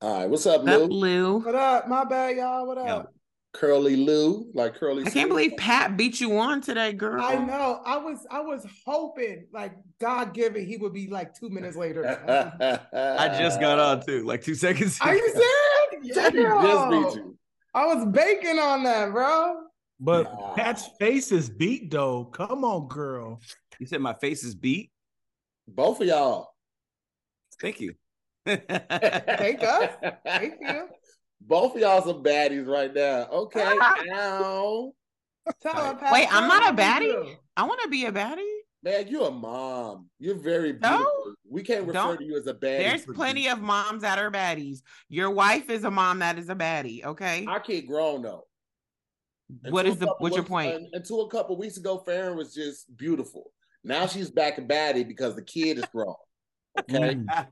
All right, what's up, What's Lou? up, Lou? What up? My bad, y'all. What Yeah. up? Curly Lou, like Curly. I Sue. can't believe Pat beat you on today, girl. I know. I was I was hoping like God given he would be like two minutes later. I just got on too, like two seconds. Are you serious? Just beat Damn. you. I was baking on that, bro. But Nah. Pat's face is beat though. Come on, girl. You said my face is beat. Both of y'all. Thank you. Thank us. Thank you. Both of y'all some baddies right now. Okay. Ow. Tell her, Wait, Pat, Wait, I'm tell not a her what you baddie? do. I want to be a baddie. Man, you a mom. You're very No. beautiful. We can't refer Don't. to you as a baddie. There's plenty of moms that are baddies. Your wife is a mom that is a baddie. Okay. Our kid grown though. What Until is the a couple what's your weeks- point? un- Until a couple weeks ago, Farron was just beautiful. Now she's back a baddie because the kid is grown. Okay. Mm.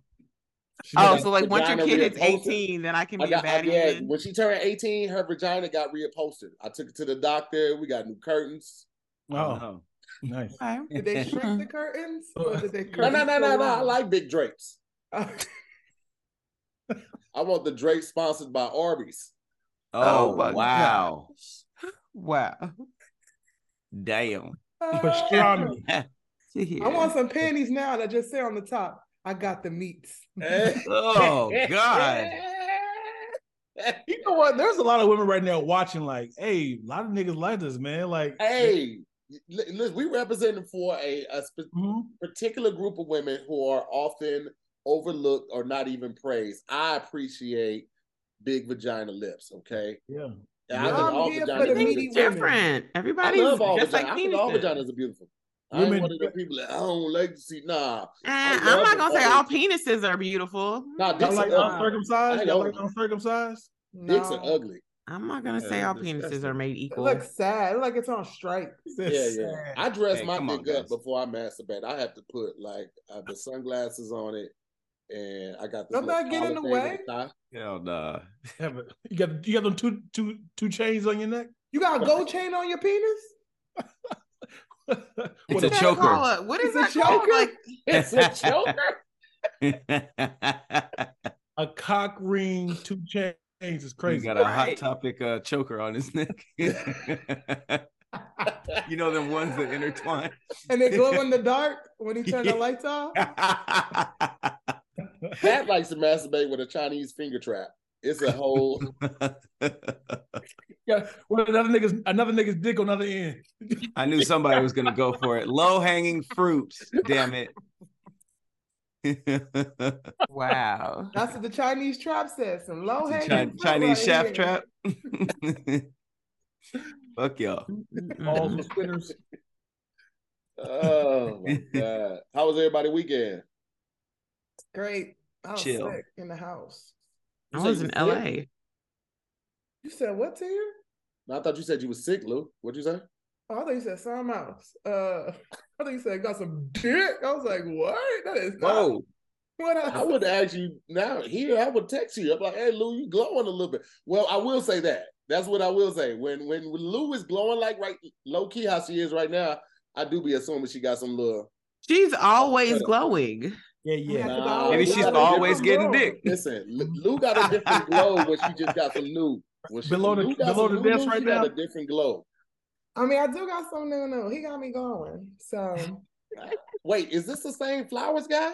She Oh, got- so like once your vagina kid is reupholstered. 18, then I can be I got, a I, baddie. yeah, again? when she turned 18, her vagina got reupholstered. I took it to the doctor. We got new curtains. oh, nice. Okay. Did they shrink the curtains? Or did they No, no, no, no, no. I like big drapes. like I want the drape sponsored by Arby's. Oh, Oh, my wow. Wow. Damn. Pastrami. To hear. I want some panties now that just say on the top, I got the meats. Oh God. You know what? There's a lot of women right now watching, like, hey, a lot of niggas like this, man. Like, hey, li- listen, we representing for a, a spe- mhm. particular group of women who are often overlooked or not even praised. I appreciate big vagina lips. Okay, yeah. And I think I'm all here vagina for the lips. meaty Everything's are- different. I Everybody's love all just vaginas. like I think all penises. vaginas are beautiful. I ain't Women- one of the people that I don't like to see. Nah, Eh, love I'm not gonna say all- all penises are beautiful. Nah, Y'all dicks like are ugly. I uncircumcised? Y'all like don't- uncircumcised? Dicks are No. ugly. I'm not gonna Yeah, say all that's penises disgusting. are made It equal. looks sad. It look like it's on strike. Yeah, yeah. I dress Hey, my come on, dick up guys. before I masturbate. I have to put like uh, the sunglasses on it, and I got this. Don't little that get in collar the thing on way? top. Hell nah. Have it. You got you got them two two two chains on your neck? You got a gold chain on your penis? It's With a What is that choker. called? What is that It's a called? choker? Like It's a choker. he a cock ring, two chains is crazy. got a hot topic uh, choker on his neck. you know them ones that intertwine. And they glow in the dark when he turned the lights off? Pat likes to masturbate with a Chinese finger trap. It's a whole. Yeah, with another nigga's another nigga's dick on the other end. I knew somebody was gonna go for it. Low hanging fruit. Damn it. wow. That's what the Chinese trap says. Some low Chi- hanging Chinese chef trap. Fuck y'all. All the spinners. oh my god! How was everybody weekend? Great. I was Chill. sick in the house. I You say was you in was sick? LA. You said what to you? No, I thought you said you were sick, Lou. What'd you say? Oh, I thought you said something else. Uh, I thought you said got some dick. I was like, what? That is not Whoa. what I, I would ask you now here. I would text you. I'm like, hey Lou, you glowing a little bit. Well, I will say that. That's what I will say. When when Lou is glowing like right low key how she is right now, I do be assuming she got some little. She's always Shut up. glowing. Yeah, Yeah, yeah. 'cause I Nah, always Maybe Lou she's got a always different- getting different dick. Listen, Lu- Lou got a different glow when she just got some new. When she, Below when the- Lou got below some the new desk Lou, right she got now? a different glow. I mean, I do got something new. new. He got me going. So Wait, is this the same flowers guy?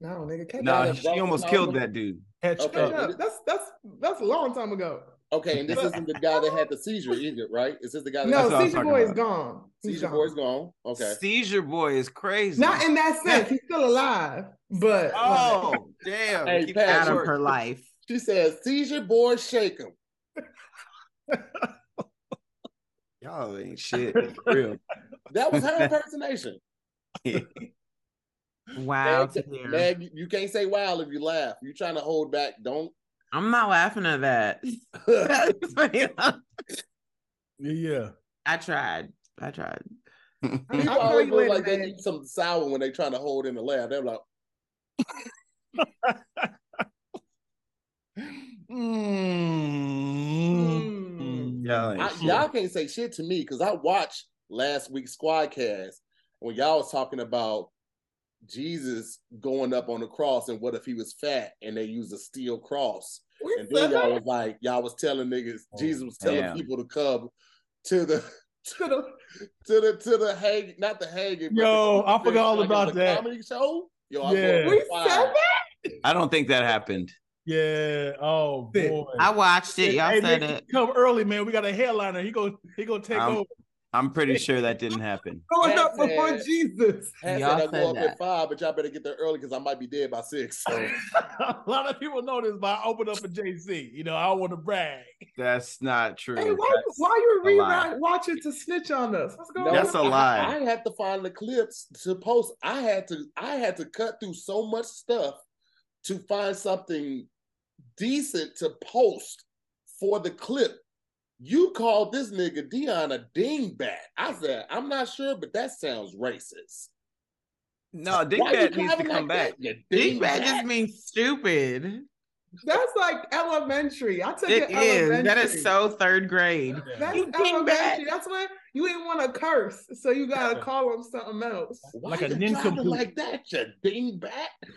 no, nigga, catch No, up. she almost killed that dude. Catch Okay. Catch up. up. That's that's that's a long time ago. Okay, and this isn't the guy that had the seizure either, right? Is this the guy? That No, what I'm Seizure talking Boy is about. gone. He's seizure gone. boy's gone. Okay, Seizure boy is crazy. Not in that sense. He's still alive, but Oh damn! Hey, Keep Pat, that Out of short. her life. she says seizure boy shake him. Y'all ain't shit. for real. That was her impersonation. Wow. Meg, to hear. Meg, you- you can't say wow if you laugh. You're trying to hold back. Don't. I'm not laughing at that. That's funny. Yeah, yeah. I tried. I tried. I mean, People I'll call always you look later, like they man. eat something sour when they're trying to hold in the laugh. They're like, Mm. Mm. Y'all ain't I, shit. y'all can't say shit to me because I watched last week's Squadcast when y'all was talking about Jesus going up on the cross and what if he was fat and they used a steel cross. We And then said y'all that was like, y'all was telling niggas, Oh, Jesus was telling damn. people to come to the to the- to the to the hang, not the hanging. but Yo, the- I forgot all like, it was about a that. Comedy show. Yo, I Yeah. yeah. We said that. I don't think that happened. Yeah. Oh Sick. boy. I watched it. Y'all Hey, said Nick, it. Come early, man. We got a headliner. He go. He gonna take I'm- over. I'm pretty sure that didn't happen. Going up That's before it. Jesus. Had Y'all said I said go up that. Oh, at five, but y'all better get there early because I might be dead by six. So a lot of people know this, but I opened up for JC. You know, I don't want to brag. That's not true. Hey, why, That's- why you a lie. rewatch watching to snitch on us? What's going That's on? I- a lie. I, had to find the clips to post. I had to I had to cut through so much stuff to find something decent to post for the clip. You called this nigga Dion a dingbat. I said, I'm not sure, but that sounds racist. No, Dick Why you Bat needs to driving come back. like that, you Big dingbat? bad just means stupid. That's like elementary. I took It it, elementary. is. That is so third grade. That's You elementary. dingbat. That's when you didn't want to curse, so you gotta call him something else. Why Like you a driving nincompoop. like that, you dingbat?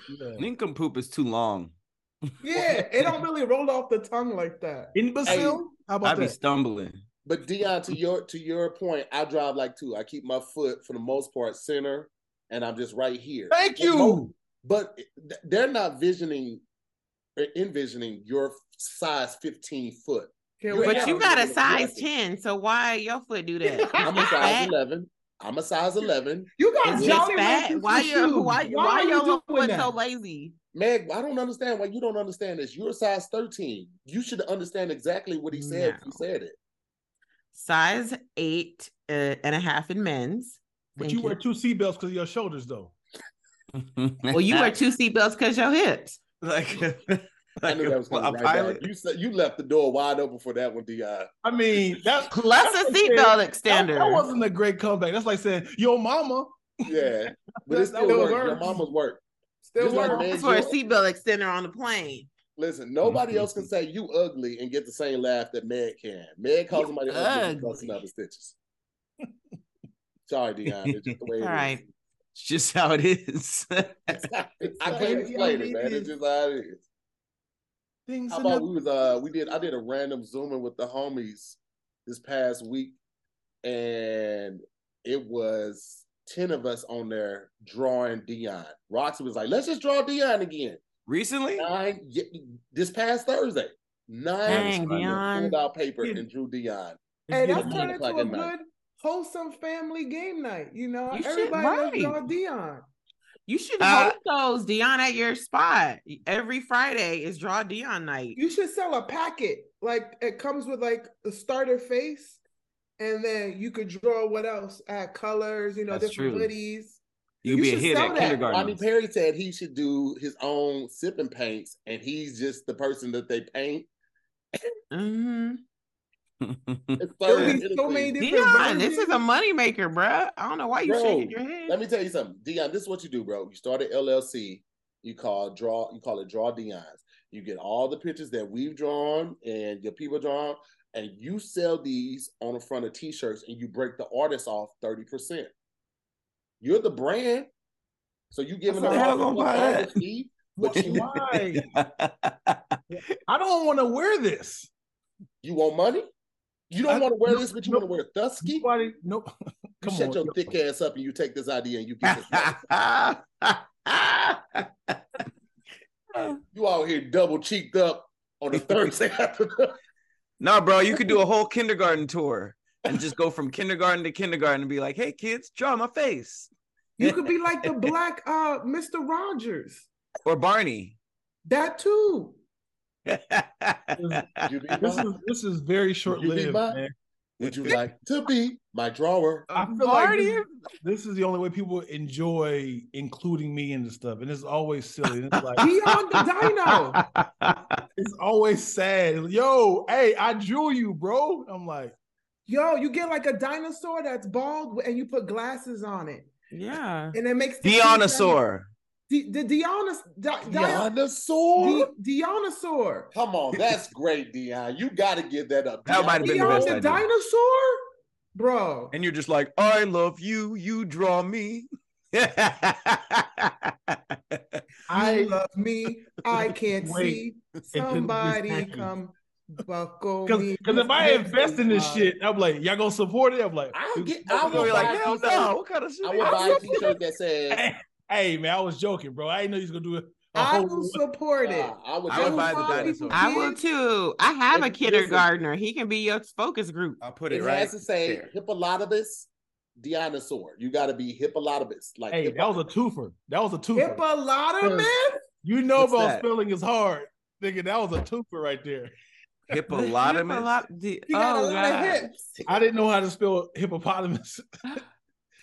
Yeah. Nincompoop is too long. Yeah, it don't really roll off the tongue like that. Imbecile. How I'd about be that? stumbling. But Dion, to your to your point, I drive like two. I keep my foot for the most part center, and I'm just right here. Thank But mo- you. But th- they're not visioning, or envisioning your size 15 foot. Can But But Yeah. you got a Yeah. size 10, so why your foot do that? I'm a size Fat. 11. I'm a size 11. you got It's Jolly just Ranchers fat. for Why you shoes. why, why, why are your you little doing foot so that? lazy? Meg, I don't understand why you don't understand this. You're a size 13. You should understand exactly what he said when he No. said it. Size eight uh, and a half in men's. But Thank you wear two seatbelts because of your shoulders, though. well, you wear two seatbelts because your hips. like, I like knew that was a, coming a right pilot. back. You said you left the door wide open for that one, Dion. I mean, that Plus that's a like saying- seatbelt That, that extender. wasn't a great comeback. That's like saying, "Yo, mama." Yeah. But it That- still that worked. Your works. mama's work. Still Just like work. men- That's for a seatbelt extender on the plane. Listen, nobody else can say you ugly and get the same laugh that Meg can. Meg calls You somebody ugly for ugly. busting out the stitches. Sorry, Dion. It's just the way it is. All right. It's just how it is. I Sorry, can't Dion, explain it, it man. It's is. just how it is. Things How in about the- we was uh we did I did a random zooming with the homies this past week, and it was ten of us on there drawing Dion. Roxy was like, "Let's just draw Dion again." Recently, Nine y- this past Thursday, nine Dang, fine. Dion. pulled out paper Yeah. and drew Dion. Hey, that's Yeah. turned Like into a at night. good, wholesome family game night. You know, You should- everybody right. loves y'all Dion. You should Uh, host those Dion at your spot. Every Friday is draw Dion night. You should sell a packet. Like it comes with like a starter face, and then you could draw what else? Add colors, you know, That's different true. hoodies. you'd You be a should hit sell at that. Rodney kindergarten. Perry said he should do his own sipping paints, and he's just the person that they paint. hmm It's There'll third, be it'll so be- many different Dion, this is versions. a moneymaker, bruh. I don't know why you Bro, shaking your head. Let me tell you something, Dion. This is what you do, bro. You start an LLC. You call draw. You call it Draw Dion's. You get all the pictures that we've drawn and your people drawn, and you sell these on the front of T-shirts, and you break the artist off thirty percent. You're the brand, so you giving Who them the hell all gonna the buy that? artist fee, but you, Why? I don't want to wear this. you want money. You don't I- want to wear no, this, but you no. want to wear Dusky. Nobody. Nope. You Come shut on. your yo. thick ass up and you take this idea and you get this. money. you out here double cheeked up on a Thursday after no, bro, you could do a whole kindergarten tour and just go from kindergarten to kindergarten and be like, "Hey, kids, draw my face." You could be like the black uh Mr. Rogers. Or Barney. That too. you be This is mine. this is very short You be lived, my- man. Would you like to be my drawer? I feel like Marty, this, this is the only way people enjoy including me in the stuff, and it's always silly. And it's like Dion the Dino. it's always sad. It's like, Yo, hey, I drew you, bro. I'm like, Yo, you get like a dinosaur that's bald and you put glasses on it. yeah. And it makes the- Dionosaur. The, the Dionis, Di, Di, Dinosaur. Di- Dionosaur. Come on, that's great, Dion. You got to give that up. That Dion. might have been the Dion best the idea. dinosaur? Bro. And you're just like, I love you, you draw me. I love me. I can't see. Wait, couldn't be Somebody hacking. come buckle Because me. if I invest in this shit, I'm like, y'all gonna support it? I'm like, I'll get. I I'm will gonna be buy like, a hell t-shirt- no. What kind of shit? I is will that?" buy a T-shirt that says. hey man, I was joking, bro. I didn't know you was gonna do it. a I whole- will support it. uh, I would. I would buy the definitely- dinosaur. I will Kids- too. I have a Listen. kindergartner. He can be your focus group. I'll put It it right has to say there. Hippolytabus Dionosaur. You got to be Hippolytabus. Like Hey, Hippo- that was a twofer. That was a twofer. Hippolytamus? You know What's about that? spelling is hard. Nigga, that was a twofer right there. The Hippopotamus. hippolot- the- You got a oh, lot God. of hips. I didn't know how to spell hippopotamus.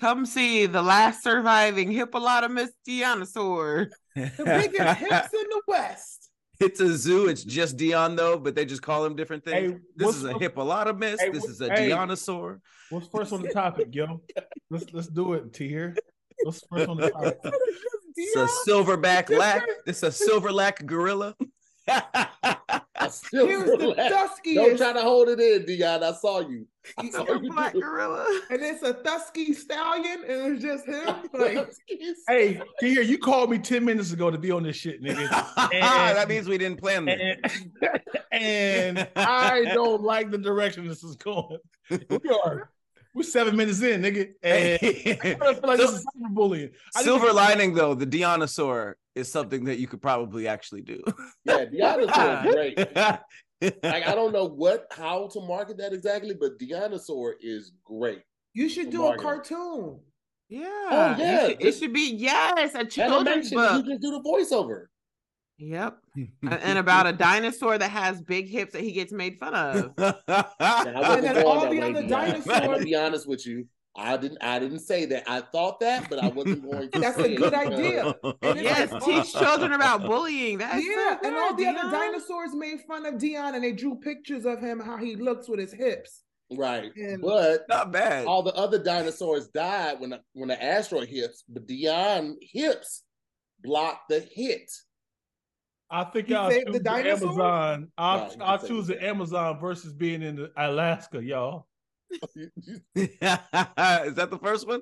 Come see the last surviving hippopotamus dinosaur. The biggest hips in the West. It's a zoo. It's just Dion though, but they just call him different things. Hey, this what's is a up- hippopotamus. Hey, this what- is a hey. dinosaur. What's first on the topic, yo? Let's let's do it, T here. What's first on the topic? It's a silverback lack. It's a silverback gorilla. I still Here's the laugh. Don't duskiest, try to hold it in, Dion. I saw you. I saw you Black do it. gorilla. and it's a dusky stallion, and it's just him. Like, Hey, T here, you called me 10 minutes ago to be on this shit, nigga. that means we didn't plan that. And, and I don't like the direction this is going. We are. We're seven minutes in, nigga. And Hey. I feel like this So- is cyberbullying. I just- Silver lining though, the dinosaur is something that you could probably actually do. Yeah, Dionosaur is great. Like I I don't know what how to market that exactly, but Dionosaur is great. you should do a Margaret. cartoon. Yeah. yeah, It should, it this- should be yes, a children's Animation, you can book. do the voiceover. Yep. A- and about a dinosaur that has big hips that he gets made fun of. Now, I wasn't And then going all that the way, other Dion. dinosaurs- I'm gonna be honest with you. I didn't. I didn't say that. I thought that, but I wasn't going to. That's a say it good because- idea. And it's Yes, like- teach children about bullying. That's yeah, so and all the good, other Dion. dinosaurs made fun of Dion, and they drew pictures of him how he looks with his hips. Uh, Right, And- but Not bad. all the other dinosaurs died when the, when the asteroid hits, but Dion hips blocked the hit. I think You I'll saved choose the the dinosaurs? Amazon. I'll, No, you I'll saved choose the it. Amazon versus being in the- Alaska, y'all. is that the first one?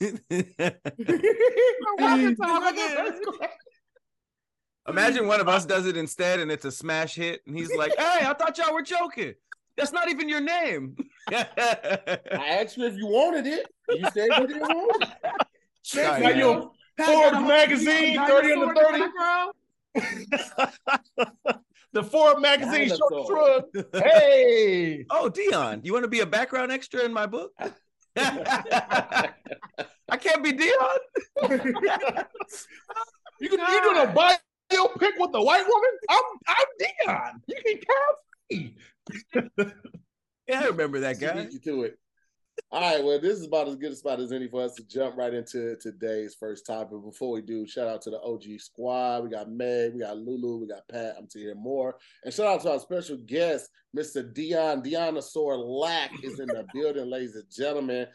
Welcome to all of this. Imagine one of us does it instead and it's a smash hit and he's like, "Hey, I thought y'all were joking. That's not even your name." I asked you if you wanted it. You said you didn't want it. Right, Now yeah. you a Forbes magazine, 30 under 30. The Forbes magazine short Dinosaur. shrug. Hey. Oh, Dion, you want to be a background extra in my book? I can't be Dion. You can, you doing a biopic with the white woman? I'm I'm Dion. You can count me. Yeah, I remember that She guy. beat you to it. All right, well, this is about as good a spot as any for us to jump right into today's first topic. Before we do, shout out to the OG squad. We got Meg, we got Lulu, we got Pat. I'm to hear more. And shout out to our special guest, Mr. Dion. Dionosaur Lack is in the building, ladies and gentlemen.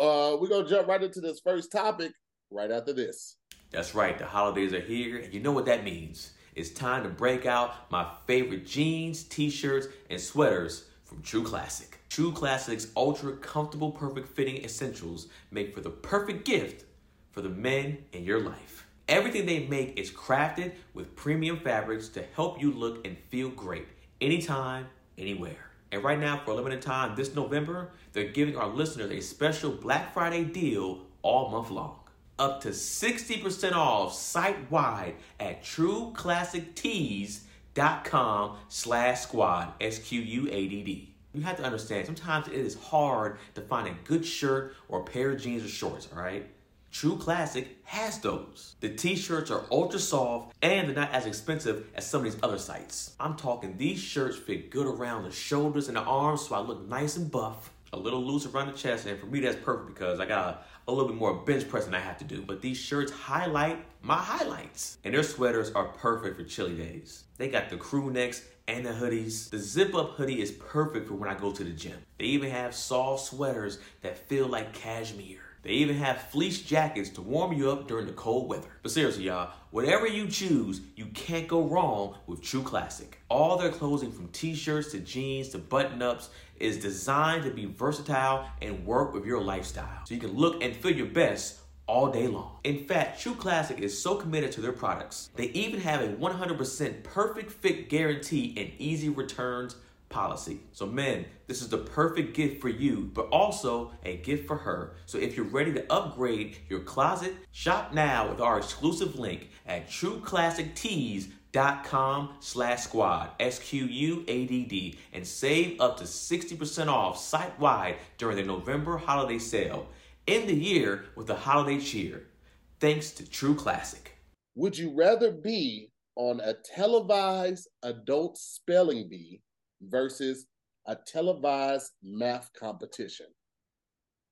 Uh, we're going to jump right into this first topic right after this. That's right, the holidays are here, and you know what that means. It's time to break out my favorite jeans, t shirts, and sweaters from True Classic. True Classic's ultra comfortable, perfect fitting essentials make for the perfect gift for the men in your life. Everything they make is crafted with premium fabrics to help you look and feel great anytime, anywhere. And right now, for a limited time this November, they're giving our listeners a special Black Friday deal all month long up to 60% off site-wide at trueclassictees.com slash squad s-q-u-a-d-d you have to understand sometimes it is hard to find a good shirt or a pair of jeans or shorts all right true classic has those the t-shirts are ultra soft and they're not as expensive as some of these other sites i'm talking these shirts fit good around the shoulders and the arms so i look nice and buff a little loose around the chest, and for me that's perfect because I got a, a little bit more bench pressing I have to do. But these shirts highlight my highlights, and their sweaters are perfect for chilly days. They got the crew necks and the hoodies. The zip up hoodie is perfect for when I go to the gym. They even have soft sweaters that feel like cashmere. They even have fleece jackets to warm you up during the cold weather. But seriously, y'all, whatever you choose, you can't go wrong with True Classic. All their clothing from t shirts to jeans to button ups is designed to be versatile and work with your lifestyle. So you can look and feel your best all day long. In fact, True Classic is so committed to their products, they even have a 100% perfect fit guarantee and easy returns policy. So, men, this is the perfect gift for you, but also a gift for her. So, if you're ready to upgrade your closet, shop now with our exclusive link at trueclassictees.com slash squad, S-Q-U-A-D-D, and save up to 60% off site-wide during the November holiday sale. End the year with a holiday cheer, thanks to True Classic. Would you rather be on a televised adult spelling bee versus a televised math competition.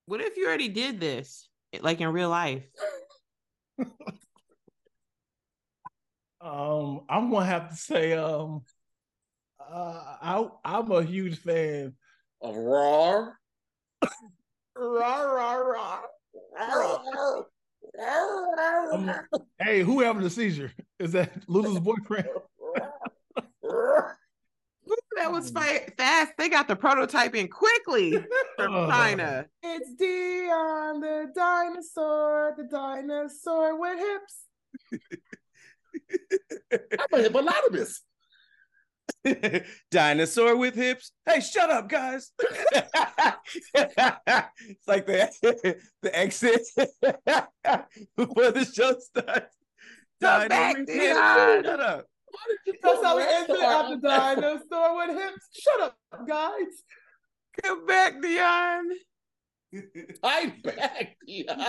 What if you already did this, like in real life? Um, I'm gonna have to say, um, uh, I I'm a huge fan. Of raw. Rah, rah, rah, rah, rah, rah, rah. Hey, who having a seizure? Is that Lulu's boyfriend? That was Hmm. fa- fast. They got the prototyping quickly from Oh. China. It's Dion the dinosaur, the dinosaur with hips. I'm a hippopotamus. Dinosaur with hips. Hey, shut up, guys. it's like the the exit before the show starts. Come back, with Dion. Shut up. Why did you That's put how we restaurant ended on after that? dinosaur with hips. Shut up, guys. Come back, Dion. I'm back, Dion.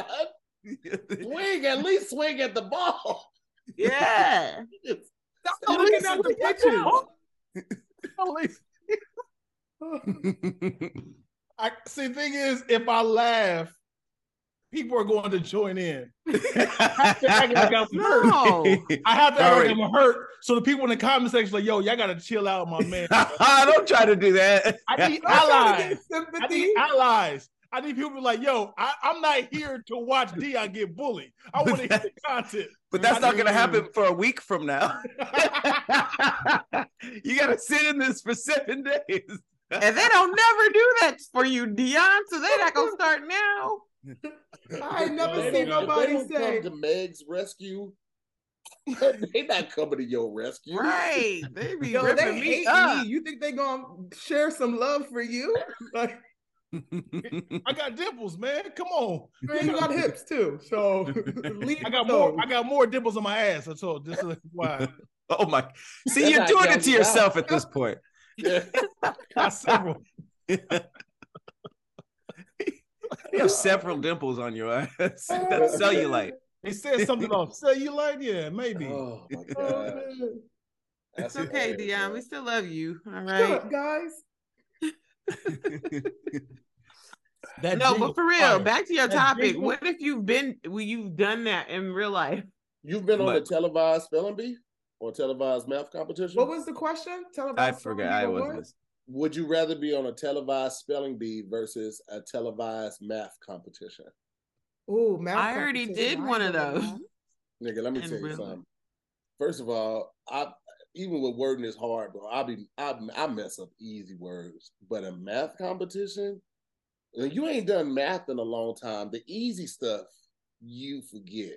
Swing, at least swing at the ball. Yeah. Stop looking at the pictures. I see. Thing is, if I laugh, people are going to join in. I got some hurt. No. I have to act like Alright. I'm hurt. So the people in the comment section like, yo, y'all gotta chill out, my man. Don't try to do that. I I'm trying need to allies. get I sympathy. need allies. I need people to be like, yo, I, I'm not here to watch Dion get bullied. I want to hear the content. But that's not gonna Mm. happen for a week from now. you gotta sit in this for seven days. And they don't never do that for you, Dion. So they not gonna start now. I ain't never They seen don't- if nobody they don't say- Come to Meg's rescue. they not coming to your rescue. Right. They be Yo, ripping they me hate up. me. You think they gonna share some love for you? Like, I got dimples, man. Come on. man, you got hips too. So leave I got those. more I got more dimples on my ass. I told this is why oh my! See, That's you're how doing it Johnny to got. yourself at this point. Yeah. I got several. You have several dimples on your ass. That's cellulite. They said something off. Say you like, yeah, maybe. Oh my Oh, god. man. That's It's okay, hilarious, Dion. man. We still love you. All Shut right. up, guys. That No, jingle but for real, fire. back to your That topic. jingle- What if you've been, well, you've done that in real life? You've been on a What? televised spelling bee or televised math competition? What was the question? Tell I about forgot. I what? wasn't. Would you rather be on a televised spelling bee versus a televised math competition? Ooh, math I already competition. did I one ain't of doing those. Nigga, let me And tell you really- something. First of all, I even with wording is hard, bro. I be I, I mess up easy words, but a math competition, when you ain't done math in a long time. The easy stuff you forget.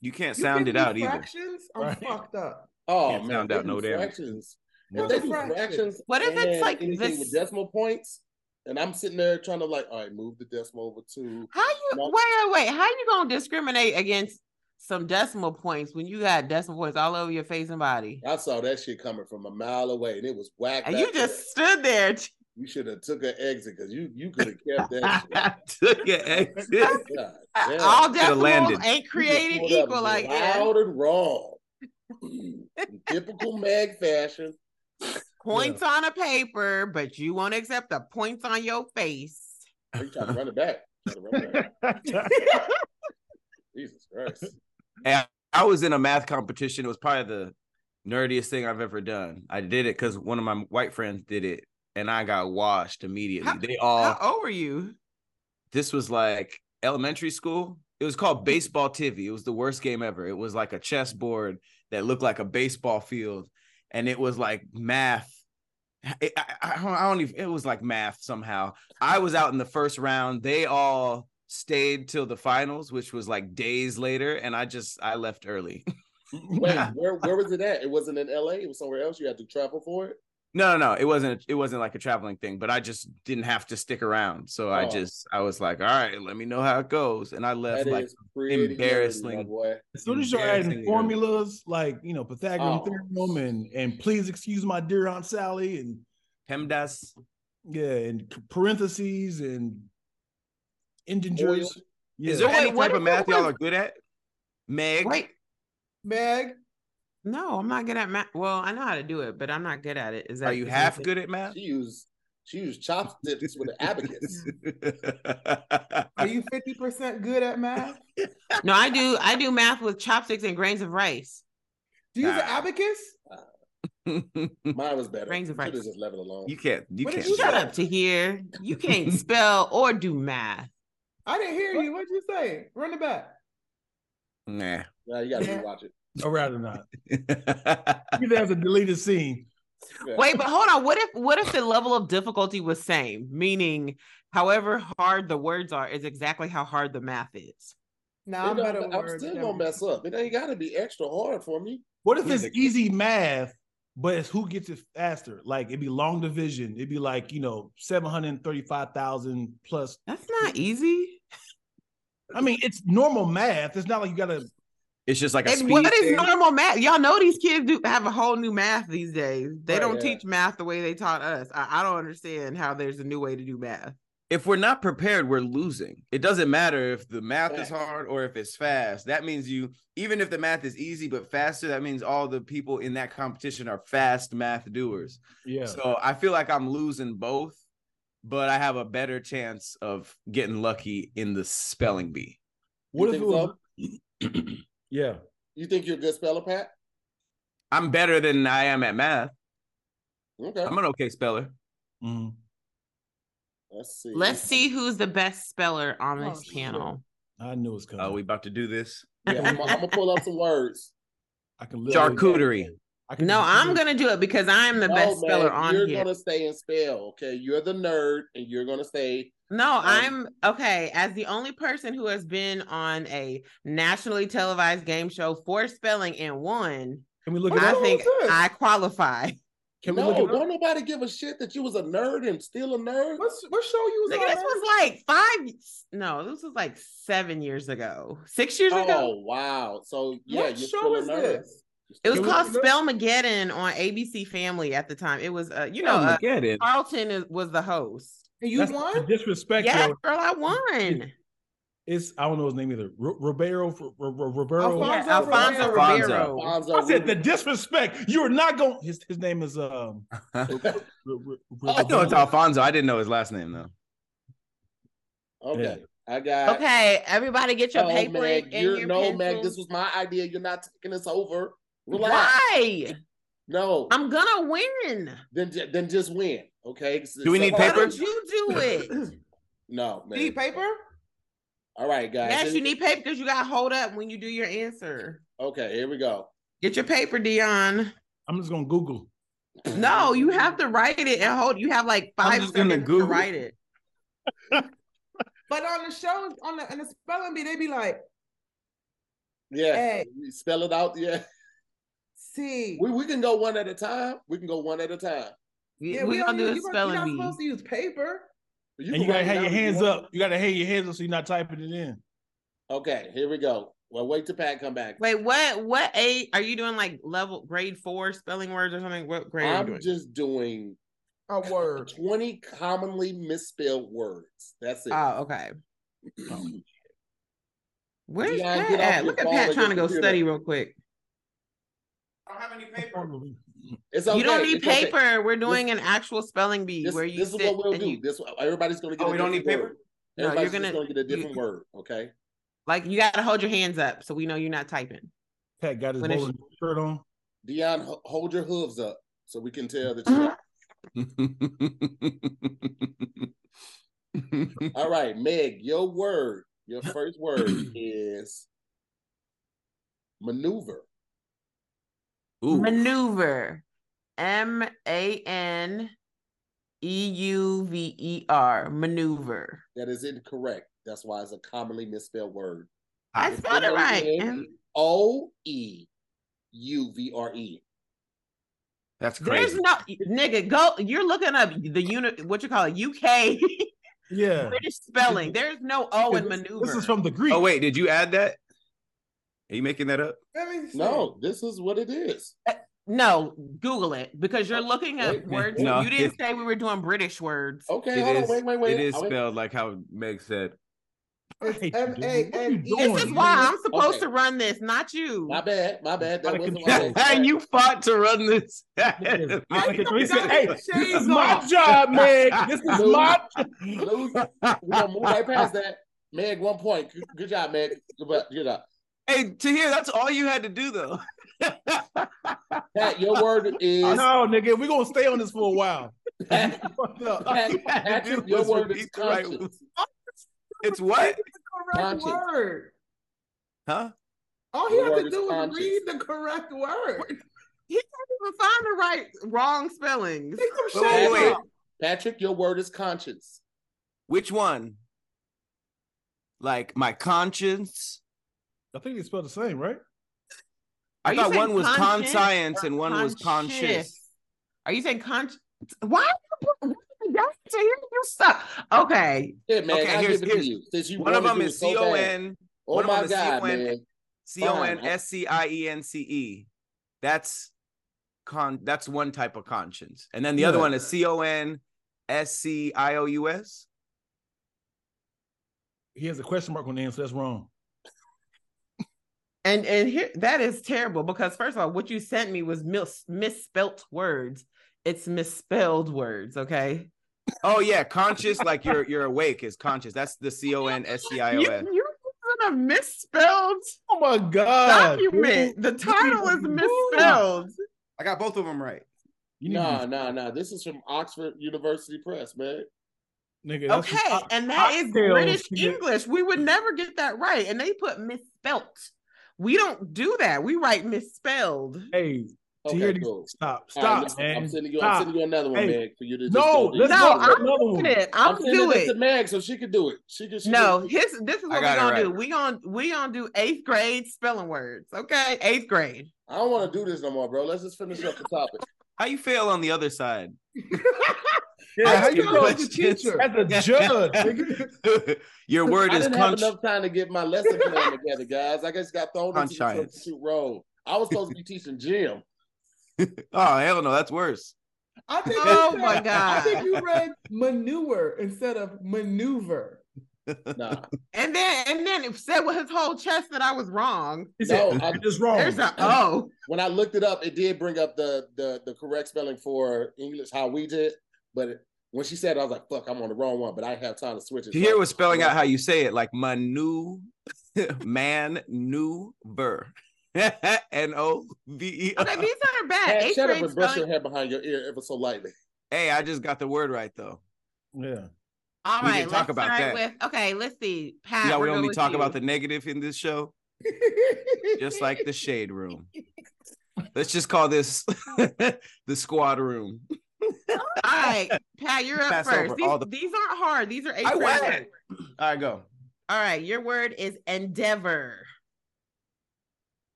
You can't You sound give it me out either. fractions? I'm Right. fucked up. Oh Can't man, sound they out do no damn- fractions. No. If they do Fractions. fractions, What if it's and like anything this- with decimal points? And I'm sitting there trying to like, all right, move the decimal over to How you, No. wait, wait, wait. How you gonna discriminate against some decimal points when you got decimal points all over your face and body? I saw that shit coming from a mile away, and it was whack. And back you there. just stood there. you should have took an exit because you you could have kept that. shit. Took your exit. God damn. All Shoulda landed. decimals ain't uh, created You just pulled equal up like that. loud and wrong. In Typical Meg fashion. Points on a paper, but you won't accept the points on your face. You trying to run it back? Try to run it back. Jesus Christ! I was in a math competition. It was probably the nerdiest thing I've ever done. I did it because one of my white friends did it, and I got washed immediately. How- they all. How old were you? this was like elementary school. It was called baseball tivy. It was the worst game ever. It was like a chessboard that looked like a baseball field, and it was like math. It- I, I- I don't, I don't even. It was like math somehow. I was out in the first round. They all stayed till the finals, which was like days later, and I just I left early. Wait, where where was it at? It wasn't in L.A. It was somewhere else. You had to travel for it. No, no, no. It wasn't. It wasn't like a traveling thing, but I just didn't have to stick around. So I Oh. just, I was like, all right, let me know how it goes, and I left That like is pretty embarrassing. nerdy, my boy. As soon as you're adding Embarrassing. formulas like you know Pythagorean Oh. theorem and and please excuse my dear Aunt Sally and PEMDAS. yeah and parentheses and indentured. Yeah. Is there Wait, any what type if of it math y'all was- are good at? Meg, Wait, Meg, no, I'm not good at math. Well, I know how to do it, but I'm not good at it. Is that are you is half that- good at math? She used she used chopsticks with an abacus. are you fifty percent good at math? No, I do. I do math with chopsticks and grains of rice. Do you use an Nah. abacus? Mine was better. Grains of You should've rice. just left it alone. you can't. You What did can't. you do Shut say? that. up to here. You can't spell or do math. I didn't hear you. What'd you say? Run it back. Nah. Nah, you gotta rewatch it. No, rather not. You have to delete a scene. Yeah. Wait, but hold on. What if what if the level of difficulty was same? Meaning, however hard the words are is exactly how hard the math is. It Nah, I'm don't- better. with I'm words still than gonna you. mess up. It ain't gotta be extra hard for me. What if Yeah, it's the- easy math, but it's who gets it faster? Like it'd be long division. It'd be like you know seven hundred thirty-five thousand plus. That's not easy. I mean, it's normal math. It's not like you gotta. it's just like a And speed. what is thing. normal math? Y'all know these kids do have a whole new math these days. They Right, don't yeah. teach math the way they taught us. I, I don't understand how there's a new way to do math. if we're not prepared, we're losing. It doesn't matter if the math Facts. is hard or if it's fast. That means you, even if the math is easy but faster, that means all the people in that competition are fast math doers. Yeah. So I feel like I'm losing both, but I have a better chance of getting lucky in the spelling bee. You what if think it was? so? Yeah. You think you're a good speller, Pat? I'm better than I am at math. Okay. I'm an okay speller. Mhm. Let's see. Let's see who's the best speller on Oh, this shit. panel. I knew it's coming. Oh, we about to do this. Yeah, I'm, I'm gonna pull up some words. I can literally- Charcuterie. I can No, just- I'm gonna do it because I'm the No, man, best speller on you're here. gonna stay in spell, okay? You're the nerd, and you're gonna stay. No, Um, I'm okay. As the only person who has been on a nationally televised game show for spelling and won, Can we look What I at the hell think is this? I qualify. Can we no, look it up? don't nobody give a shit that you was a nerd and still a nerd. What's what show you was Nigga, on? this man? was like five. No, this was like seven years ago, six years Oh ago. wow! So yeah, what you're show still a is nerd. this? It was Can we called look it up? Spellmageddon on ABC Family at the time. It was, uh, you know, Oh, uh, get it. Carlton is, was the host. And you That's the won? disrespect. Yes, though. girl, I won. It's I don't know his name either. Ro- Ribeiro. Ro- Ro- Ribeiro. Alfonso Yeah, Alfonso Alfonso Ribeiro. Ribeiro. Bonzo I said the Ruby. disrespect. You are not going. His his name is um. R- R- R- I know it's Alfonso. I didn't know his last name though. okay, I got. Okay, everybody, get your No, paper Meg, and Oh, you're, your no, pencil. Meg, this was my idea. You're not taking this over. Relax. Why? No, I'm gonna win. then ju- then just win. Okay. Do we need Why paper? don't you do it? No, Do you Meg. paper? All right, guys. yes, Here- you need paper because you got to hold up when you do your answer. Okay, here we go. Get your paper, Dion. I'm just gonna Google. No, you have to write it and hold. You have like I'm five just gonna seconds to Google. write it. But on the shows, on the on the spelling bee, they be like Yeah. Hey. Spell it out. Yeah. C. We, we can go one at a time. We can go one at a time. Yeah, we, don't gonna do use- a you gonna- spelling You're not bee. supposed to use paper. and can you gotta write it have out your if you hands want. up. You gotta have your hands up so you're not typing it in. Okay, here we go. Well, wait till Pat come back. Wait, what? What eight are you doing? Like level grade four spelling words or something? What grade are you I'm doing? just doing A word. 20 commonly misspelled words. That's it. oh, okay. Where's Dion, Pat get off at? your Look at phone Pat and trying to your go computer. study real quick. I don't have any paper. It's okay. you don't need it's okay. paper. We're doing an actual spelling bee This, where you this is sit what we'll and do. you This everybody's gonna get. Oh, a we don't need different paper? word. No, you're Everybody's gonna- just gonna get a you- different word. Okay. like you got to hold your hands up so we know you're not typing. Pat got his When it's- bowling shirt on. Dion, ho- hold your hooves up so we can tell that. Mm-hmm. you All right, Meg, your word, your first word is maneuver. Ooh. Maneuver. M A N E U V E R. Maneuver. That is incorrect. That's why it's a commonly misspelled word. I It's spelled it right. M-O-N-O-E-U-V-R-E. And O E U V R E. That's there's crazy. no nigga. Go. You're looking up the unit. What you call it? UK Yeah. British spelling. There's no O in This- maneuver. This is from the Greek. Oh wait, did you add that? Are you making that up? Let me see. No, this is what it is. no. Google it because you're looking Wait, Oh, at wait, words. no, you didn't it- say we were doing British words. Okay, It hold is- on, wait, wait, wait. it is Oh, wait. spelled like how Meg said. Right, It's dude. M What A are you N E. doing? This is why I'm Okay. supposed to run this, not you. My bad, my bad. That Out of wasn't my control. fault. and you fought to run this. Niggas. I He said, "Hey, this is Shades my off. job, Meg. This is Dude. my." Lose. We're gonna move right past that. Meg, one point. Good- Good job, Meg. Good good job. hey, to hear that's all you had to do though. Pat, your word is No, nigga, we're gonna stay on this for a while. Pat, Pat, You had to Patrick, do your was word repeat is the right conscience. it's what? Correct Conscience. word. Huh? All he The had word to is do was conscience. read the correct word. He can't even find the right wrong spellings. Take some Wait, wait, shades wait. off. Patrick, your word is conscience. Which one? Like my conscience. I think they spelled the same, right? I Are you thought saying one was conscience conscience or and one was conscious. Are you saying conscious? Why? are you put- That's to hear you suck. Okay. Yeah, man, Okay, I here's- give it to here's- you. Since you One of wanted them to is so C bad. O N Oh one of 'em my is God, C-O-N. man. C O N S C I E N C E. That's con. That's one type of conscience, and then the other Yeah. one is C O N S C I O U S. He has a question mark on the answer. That's wrong. And and here that is terrible because first of all, what you sent me was mis- misspelt words. It's misspelled words. Okay. Oh yeah, conscious like you're you're awake is conscious. That's the C O N S C I O You, S. you're using a misspelled Oh my Uh, god! document. The title is Ooh. misspelled. I got both of them right. You need to No, no, no. This is from Oxford University Press, man. Nigga, that's just- Okay, and that is cocktails, British nigga. English. We would never get that right. And they put misspelt. We don't do that. We write misspelled. hey, to Okay, hear these, cool. stop, All right, stop, I'm- I'm man. sending you. I'm Stop. sending you another one, Hey. Meg, for you to just No, go do. let's No, go to I'm another one. doing it. I'm, I'm sending do this to it. Meg so she can do it. She can. She No, can- his this is I what we're got it gonna right. do. We gonna we gonna do eighth grade spelling words. Okay, eighth grade. I don't want to do this no more, bro. Let's just finish up the topic. How you fail on the other side? Yeah, how you Asking know as a questions. teacher? As a judge, nigga. Your word I is didn't conscious. have enough time to get my lesson plan together, guys. I just got thrown into the Conscience. substitute role. I was supposed to be teaching gym. Oh hell no, that's worse. I think Oh you said- my I think god. you read manure instead of maneuver. Nah, And then and then it said with his whole chest that I was wrong. He no. said, I, "It is wrong." There's a oh. when I looked it up, it did bring up the the the correct spelling for English how we did, but it, when she said, it, I was like, "Fuck, I'm on the wrong one," but I didn't have time to switch it. To hear was spelling out how you say it, like manu, man, new, ver, n o v e. Okay, these aren't bad. Hey, eighth shut up grade and brush your spelling. hair behind your ear ever so lightly. Hey, I just got the word right though. Yeah. All We right, didn't talk let's about start that. with okay, let's see. Pat, Yeah, we Ah, we're only going talk with about you. the negative in this show, just like the shade room. Let's just call this the squad room. All right, Pat, you're up Pass over first. These, all the- these aren't hard. These are eight. I words. win. All right, go. All right, your word is endeavor.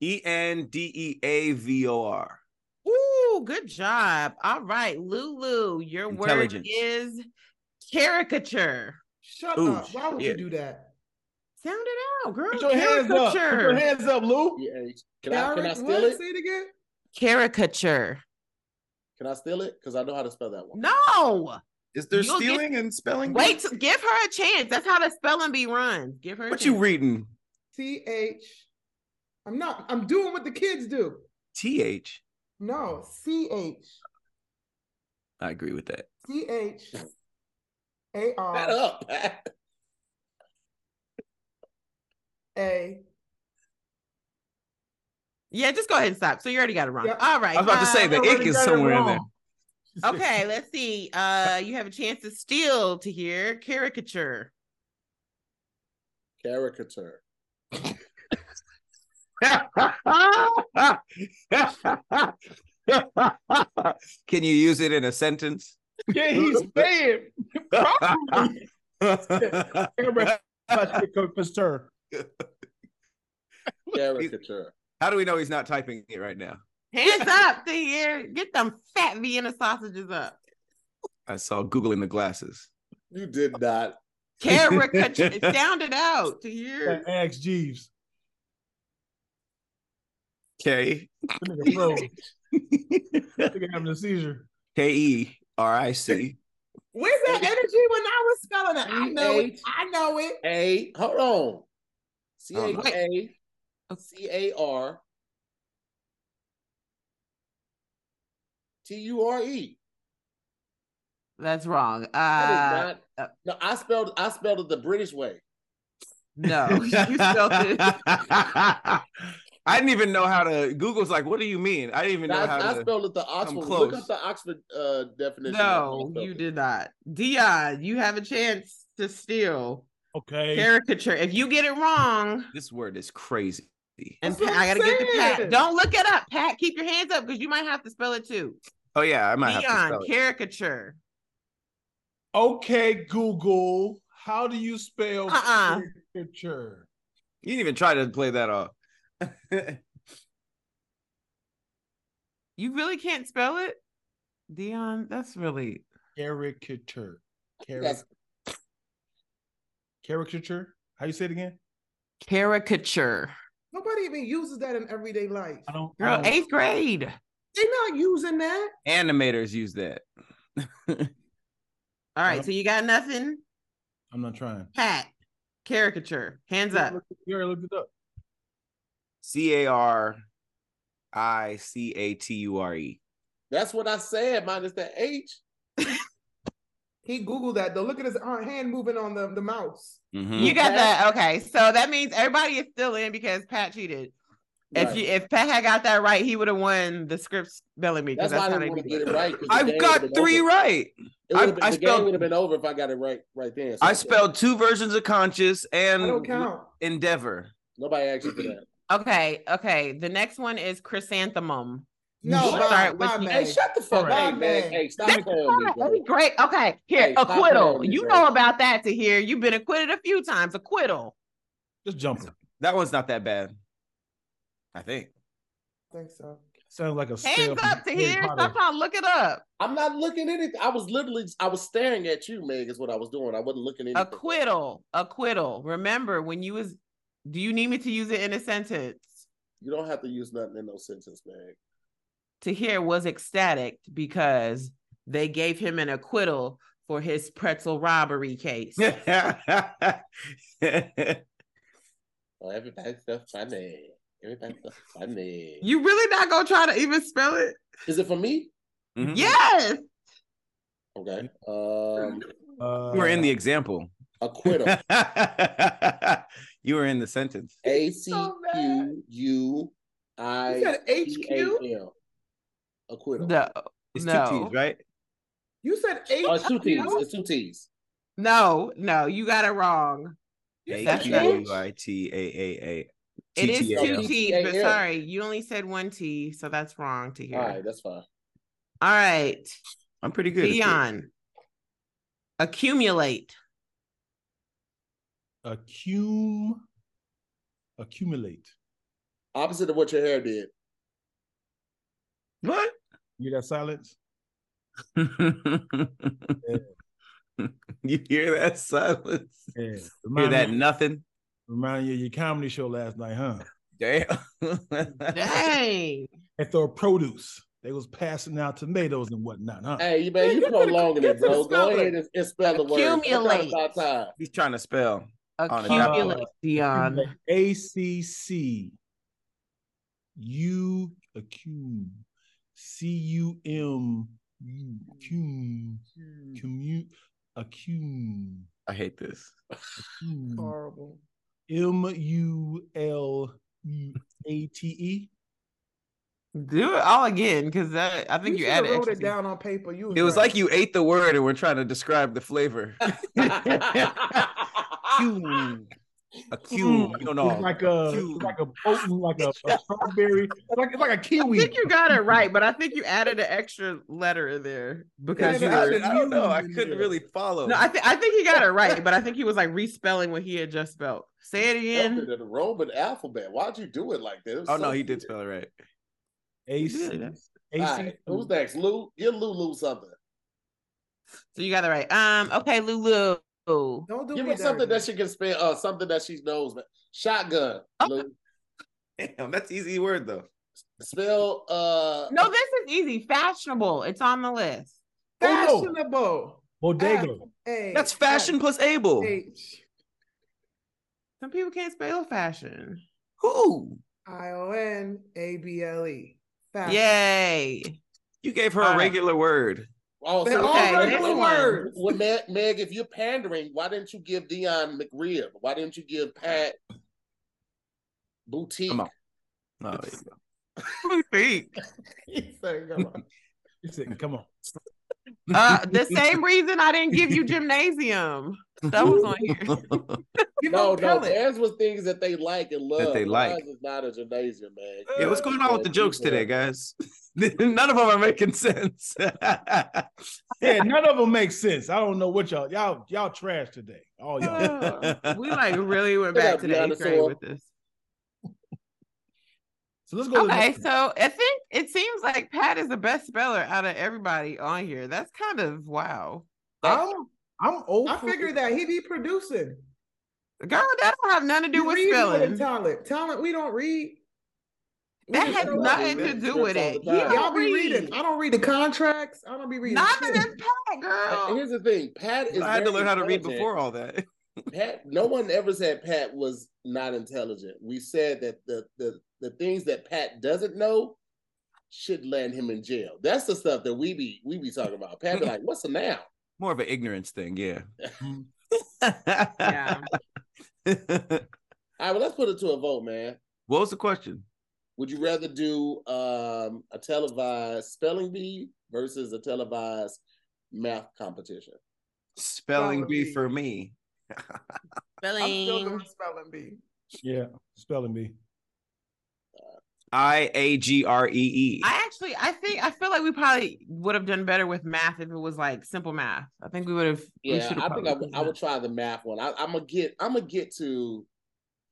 E N D E A V O R. Ooh, good job. All right, Lulu, your word Intelligence. is caricature. Shut Ooh, up. Why would yeah. you do that? Sound it out, girl. Put your hands up. Put your caricature. hands up, Lou. Yeah, hey, Can I Eric, can I what? steal it? Say it again. Caricature. Can I steal it? Because I know how to spell that one. No. Is there You'll get- stealing and spelling? Wait, give her a chance. That's how the spelling bee runs. Give her a What you chance. reading? T H. I'm not. I'm doing what the kids do. T H. No. C H. I agree with that. C H. A Shut R up. Pat. A. Yeah, just go ahead and stop. So you already got it wrong. Yep. All right. I was about to say uh, the already ink is got it somewhere in there. wrong. Okay, let's see. Uh you have a chance to steal to hear caricature. Caricature. Can you use it in a sentence? Yeah, he's saying. Caricature. Patrick Couture. Caricature. How do we know he's not typing it right now? Hands up, Thea. Get them fat Vienna sausages up. I saw googling the glasses. You did not. Caricature. it sounded out to hear. Ask Jeeves. K That nigga froze. That nigga having a seizure. K E R I C. Where's that energy when I was spelling it? I know it. Eight. I know it. A. Hold on. C Oh, H A no. C A R T U R E. That's wrong. That Uh, is not. No, I spelled. I spelled it the British way. Uh, no, you spelled it. I didn't even know how to. Google's like, what do you mean? I didn't even know how I, I to. spelled it the Oxford. Look close. up the Oxford uh, definition. of how I No, spelled you it. did not. Dion, you have a chance to steal Okay. caricature. If you get it wrong, This word is crazy. and That's what Pat- I I'm gotta get to Pat. saying. Don't look it up, Pat. Keep your hands up because you might have to spell it too. Oh yeah, I might have to spell Dion, it. caricature. Okay, Google. How do you spell Uh-uh. caricature? You didn't even try to play that off. You really can't spell it, Dion. That's really Caricature. Cari- That's- Caricature. How you say it again? caricature. Nobody even uses that in everyday life. I don't. I Girl, Oh. don't- eighth grade. They're not using that. Animators use that. All right, Uh-huh. so you got nothing, I'm not trying. Pat. Caricature. Hands up. Mm-hmm. You already looked it up. C A R I C A T U R E. That's what I said. Minus the H. He Googled that though. Look at his uh, hand moving on the, the mouse. Mhm. You got Okay. that. Okay. So that means everybody is still in because Pat cheated. If Right. you if Pat had got that right, he would have won the scripts spelling me because that's, that's, why I how didn't they want to do get it that. right. 'cause the I've game got would've been three over. right. It would've I- been- I the spelled- game would have been over if I got it right right then. I So, spelled two versions of conscious I don't and count. endeavor. Nobody asked you for that. Okay. Okay. The next one is chrysanthemum. No, What? bye, Start with bye, you. Hey, man. shut the fuck Alright. up, man. Man. Hey, stop playing me, bro. Oh, great. Okay. Here, Hey, stop acquittal. playing me, You bro. know about that to hear. You've been acquitted a few times. Acquittal. Just jumping. That one's not that bad. I think. I think so. Sounds like a spell Hands from up to Harry hear. Potter. Somehow look it up. I'm not looking at it. I was literally, I was staring at you, Meg. Is what I was doing. I wasn't looking at anything. Acquittal. Acquittal. Remember when you was do you need me to use it in a sentence? You don't have to use nothing in no sentence, Meg. to hear was ecstatic because they gave him an acquittal for his pretzel robbery case. Mm-hmm. Oh, everybody's so funny. Everybody's so funny. you really not gonna try to even spell it? Is it for me? Mhm. Yes. Okay. Um, Uh, You were in the example. acquittal. you were in the sentence. A C So bad. Q U You I said T A HQ. L. Acquittal. No. It's two no. T's, right? You said Oh, it's two T's. HQ. It's two T's. No. No. You got it wrong. A That's Q not- U I T A A A. It is TTAL. two T's, but TTAL. sorry, you only said one T, so that's wrong to hear. All right, that's fine. All right. I'm pretty good. at this. Dion. Accumulate. accum accumulate. Opposite of what your hair did. What? You hear that silence? you hear that silence? Yeah. Hear Remind, that me, nothing? remind you of your comedy show last night, huh? Damn. Dang. At their produce. They was passing out tomatoes and whatnot, huh? Hey, you man, Man, you get to the- prolonging it, get to the bro. Go spelling. ahead and, and spell the word. It's not Accumulate. about time. He's trying to spell. On a dollar. Accumulate, Dion. A C C U accum C U M U cum commute accum I hate this. accum. Horrible. M U L U A T E. Do it all again because I think you, should have added wrote extra it down on paper. You It was right. like you ate the word and we're trying to describe the flavor. A cube. Mm. You don't know. It's like a, cube. it's like a potent, like a, a strawberry. It's like it's like a I kiwi. think you got it right, but I think you added an extra letter in there because I, you Yeah, were. didn't- I don't know. I couldn't really follow. No, I think I think he got it right, but I think he was like respelling what he had just spelled. Say it again. The Roman alphabet. Why'd you do it like that? It was oh so no, he weird. did spell it right. AC. Good. AC. All right, who's next? Lou, give Lou Lou something. So you got it right. Um, okay, Lulu. Oh, Don't do Give me her something dirty. that she can spell. Uh, something that she knows. Man. Shotgun. Oh. Lou. Damn, that's easy word though. Spell. Uh, no, this is easy. Fashionable. It's on the list. Oh, no. fashionable. Ah. Bodega. Hey, That's fashion plus able. H Some people can't spell fashion. Who? I O N A B L E. Fashion. Yay. You gave her All a right. regular word. Oh, They're so all Okay, regular next one. words. Well, Meg, Meg, if you're pandering, why didn't you give Dion McRib? Why didn't you give Pat Boutique? Come on. No, there you Who think? He said, come on. He said, Come on. Uh, the same reason I didn't give you gymnasium. That was on here. Oh, go. Give No, no, him pellet. theirs was things that they like and love. That they Mine's like. is not a gymnasium, man. yeah, what's going on with the jokes today, guys? None of them are making sense. Yeah, none of them make sense. I don't know what y'all y'all y'all trash today. All y'all. Uh, we like really went Shut back up, to the eighth grade dinosaur. with this. So let's go. to the Okay, next one. so I think it seems like Pat is the best speller out of everybody on here. That's kind of wow. I'm I'm old. I figured that he be producing. Girl, that don't have nothing to do You with read more spelling. than talent. Talent we don't read. We That just has show up. nothing to read do with scripts it. all the He time. don't Y'all be read. reading. I don't read the contracts. I don't be reading. Neither shit. does Pat, girl. Here's the thing, Pat is. I had to very learn how to read intelligent. before all that. Pat, no one ever said Pat was not intelligent. We said that the the the things that Pat doesn't know should land him in jail. That's the stuff that we be we be talking about. Pat be like, "What's a noun?" More of an ignorance thing, yeah. Yeah. All right, well, let's put it to a vote, man. What was the question? Would you rather do um, a televised spelling bee versus a televised math competition? Spelling Spelling bee bee. for me. I'm still doing spelling bee. Yeah, spelling bee. I A G R E E. I actually, I think, I feel like we probably would have done better with math if it was like simple math. I think we would have. we Yeah, should have I think probably I done would, I would try the math one. I, I'm gonna get I'm gonna get to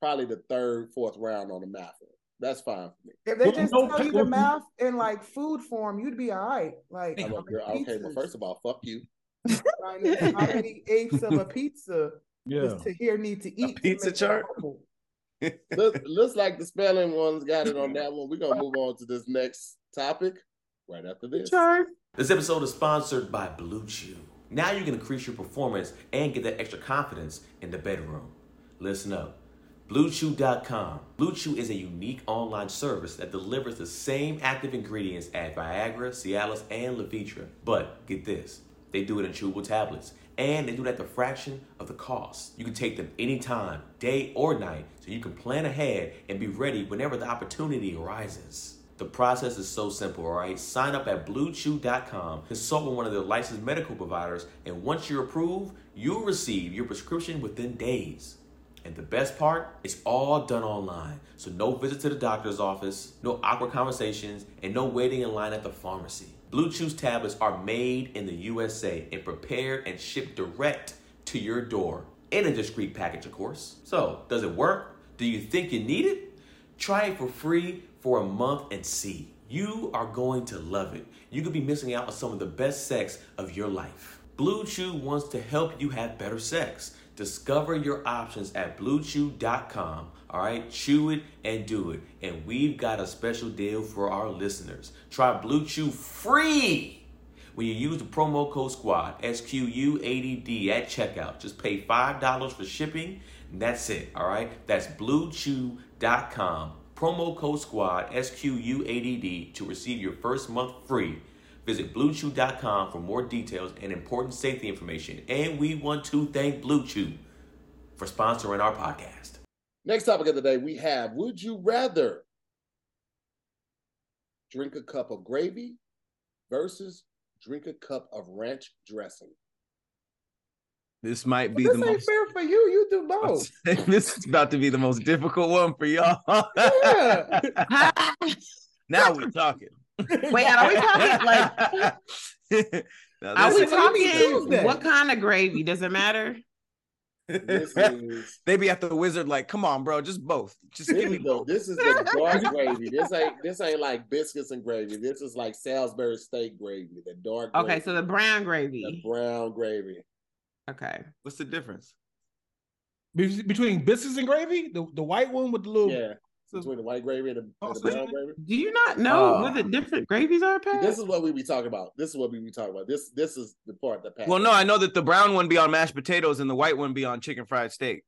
probably the third, fourth round on the math one. That's fine for me. If they Well, just no, tell you well, the math in like food form, you'd be all right. Like I'm how a many girl. Okay, well, pizzas? first of all, fuck you. How many- how many eighths of a pizza Yeah. does to here need to eat? to pizza make a chart? whole? Look, looks like the spelling ones got it on that one. We're gonna move on to this next topic right after this. Sure. This episode is sponsored by Blue Chew. Now you can increase your performance and get that extra confidence in the bedroom. Listen up. BlueChew.com. Blue Chew is a unique online service that delivers the same active ingredients as Viagra, Cialis, and Levitra. But get this, they do it in chewable tablets, and they do it at the fraction of the cost. You can take them anytime, day or night, so you can plan ahead and be ready whenever the opportunity arises. The process is so simple, all right? Sign up at bluechew.com, consult with one of their licensed medical providers, and once you're approved, you'll receive your prescription within days. And the best part, it's all done online. So no visit to the doctor's office, no awkward conversations, and no waiting in line at the pharmacy. Blue Chew's tablets are made in the USA and prepared and shipped direct to your door in a discreet package, of course. So, does it work? Do you think you need it? Try it for free for a month and see. You are going to love it. You could be missing out on some of the best sex of your life. Blue Chew wants to help you have better sex. Discover your options at bluechew.com. All right, chew it and do it. And we've got a special deal for our listeners. Try Blue Chew free when you use the promo code SQUAD, SQUADD at checkout. Just pay $5 for shipping, and that's it, all right? That's bluechew.com. Promo code SQUAD, SQUADD to receive your first month free. Visit bluechew.com for more details and important safety information. And we want to thank Blue Chew for sponsoring our podcast. Next topic of the day, we have Would you rather drink a cup of gravy versus drink a cup of ranch dressing? This might be this the ain't most. fair for you. You do both. this is about to be the most difficult one for y'all. Yeah. now we're talking. Wait, are we talking like Now are this we is- what do you mean talking Tuesday? what kind of gravy? Does it matter? This is they be at the wizard like, come on, bro, just both. Just this give me is the, both. this is the dark gravy. This ain't this ain't like biscuits and gravy. This is like Salisbury steak gravy. The dark. Okay, gravy, so the brown the gravy. brown gravy. Okay. What's the difference? Be- between biscuits and gravy, the, the white one with the little Yeah, between the white gravy and the, Oh, and the so- brown gravy. Do you not know Uh, Oh. what the different gravies are, Pat? This is what we be talking about. This is what we be talking about. This this is the part that Pat. Well, no, I know that the brown one be on mashed potatoes and the white one be on chicken fried steak.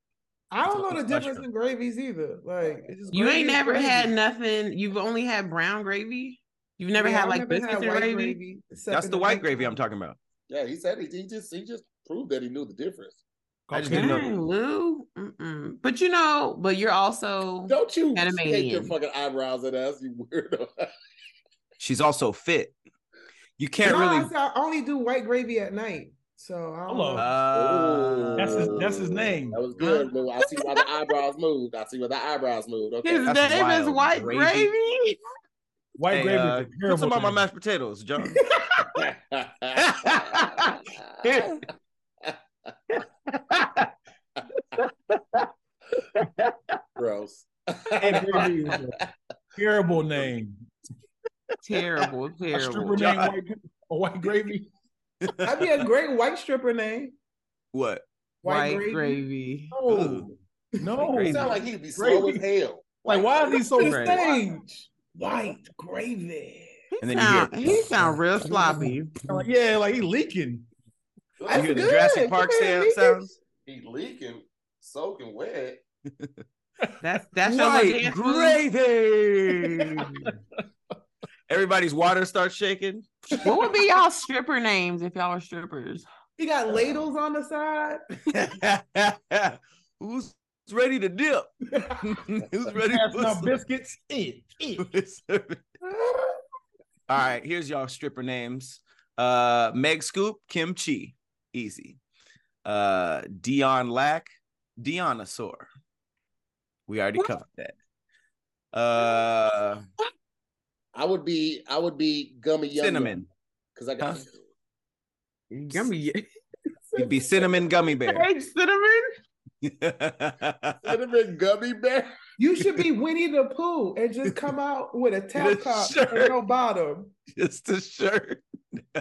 I don't know It's the much difference better. in gravies either. Like it's just you gravy ain't is never gravy. had nothing. You've only had brown gravy. You've never Yeah, had I've like never had biscuits and white gravy. except That's in the white meat. gravy I'm talking about. Yeah, he said he, he just he just proved that he knew the difference. I just didn't know. Dang, Lou. Mm-mm. But you know, but you're also Don't you shake your Panamanian. fucking eyebrows at us, you weirdo. She's also fit. You No, can't I, really. said I only do white gravy at night. So I don't Hello. know. Uh, That's his- that's his name. That was good, Lou. I see why the eyebrows moved. I see why the eyebrows moved. Okay. his name That's is wild. white Gravy. gravy. White hey, gravy. uh, is a put some terrible on my thing. mashed potatoes, John. Gross. White gravy is a terrible name. Terrible, A terrible. stripper name, white, or white gravy. That'd be a great white stripper name. what? White White gravy. gravy. Ooh. Oh, No, It like sound like he'd be slow as Gravy. hell. why are these so the Right. stage. White gravy. He And then you sound, hear- he sound real sloppy. Like, yeah, like he leaking. You That's hear the good. Jurassic Come Park here, sound, Mika. sounds? He leaking, soaking wet. That's that's your little White dance move? gravy. Everybody's water starts shaking. What would be y'all stripper names if y'all were strippers? You got ladles on the side. Who's ready to dip? Who's ready to Passing put out some- biscuits. Eat, eat. All right, here's y'all stripper names. Uh Meg Scoop, Kim Chi, easy. Uh Dion Lack, Dionosaur. We already covered that. Uh I would be, I would be gummy yum cinnamon. because I got Huh? Gummy It'd be cinnamon gummy bear. Hey, cinnamon. cinnamon gummy bear. You should be Winnie the Pooh and just come out with a tap Yes, top sure. and no bottom. Just a shirt.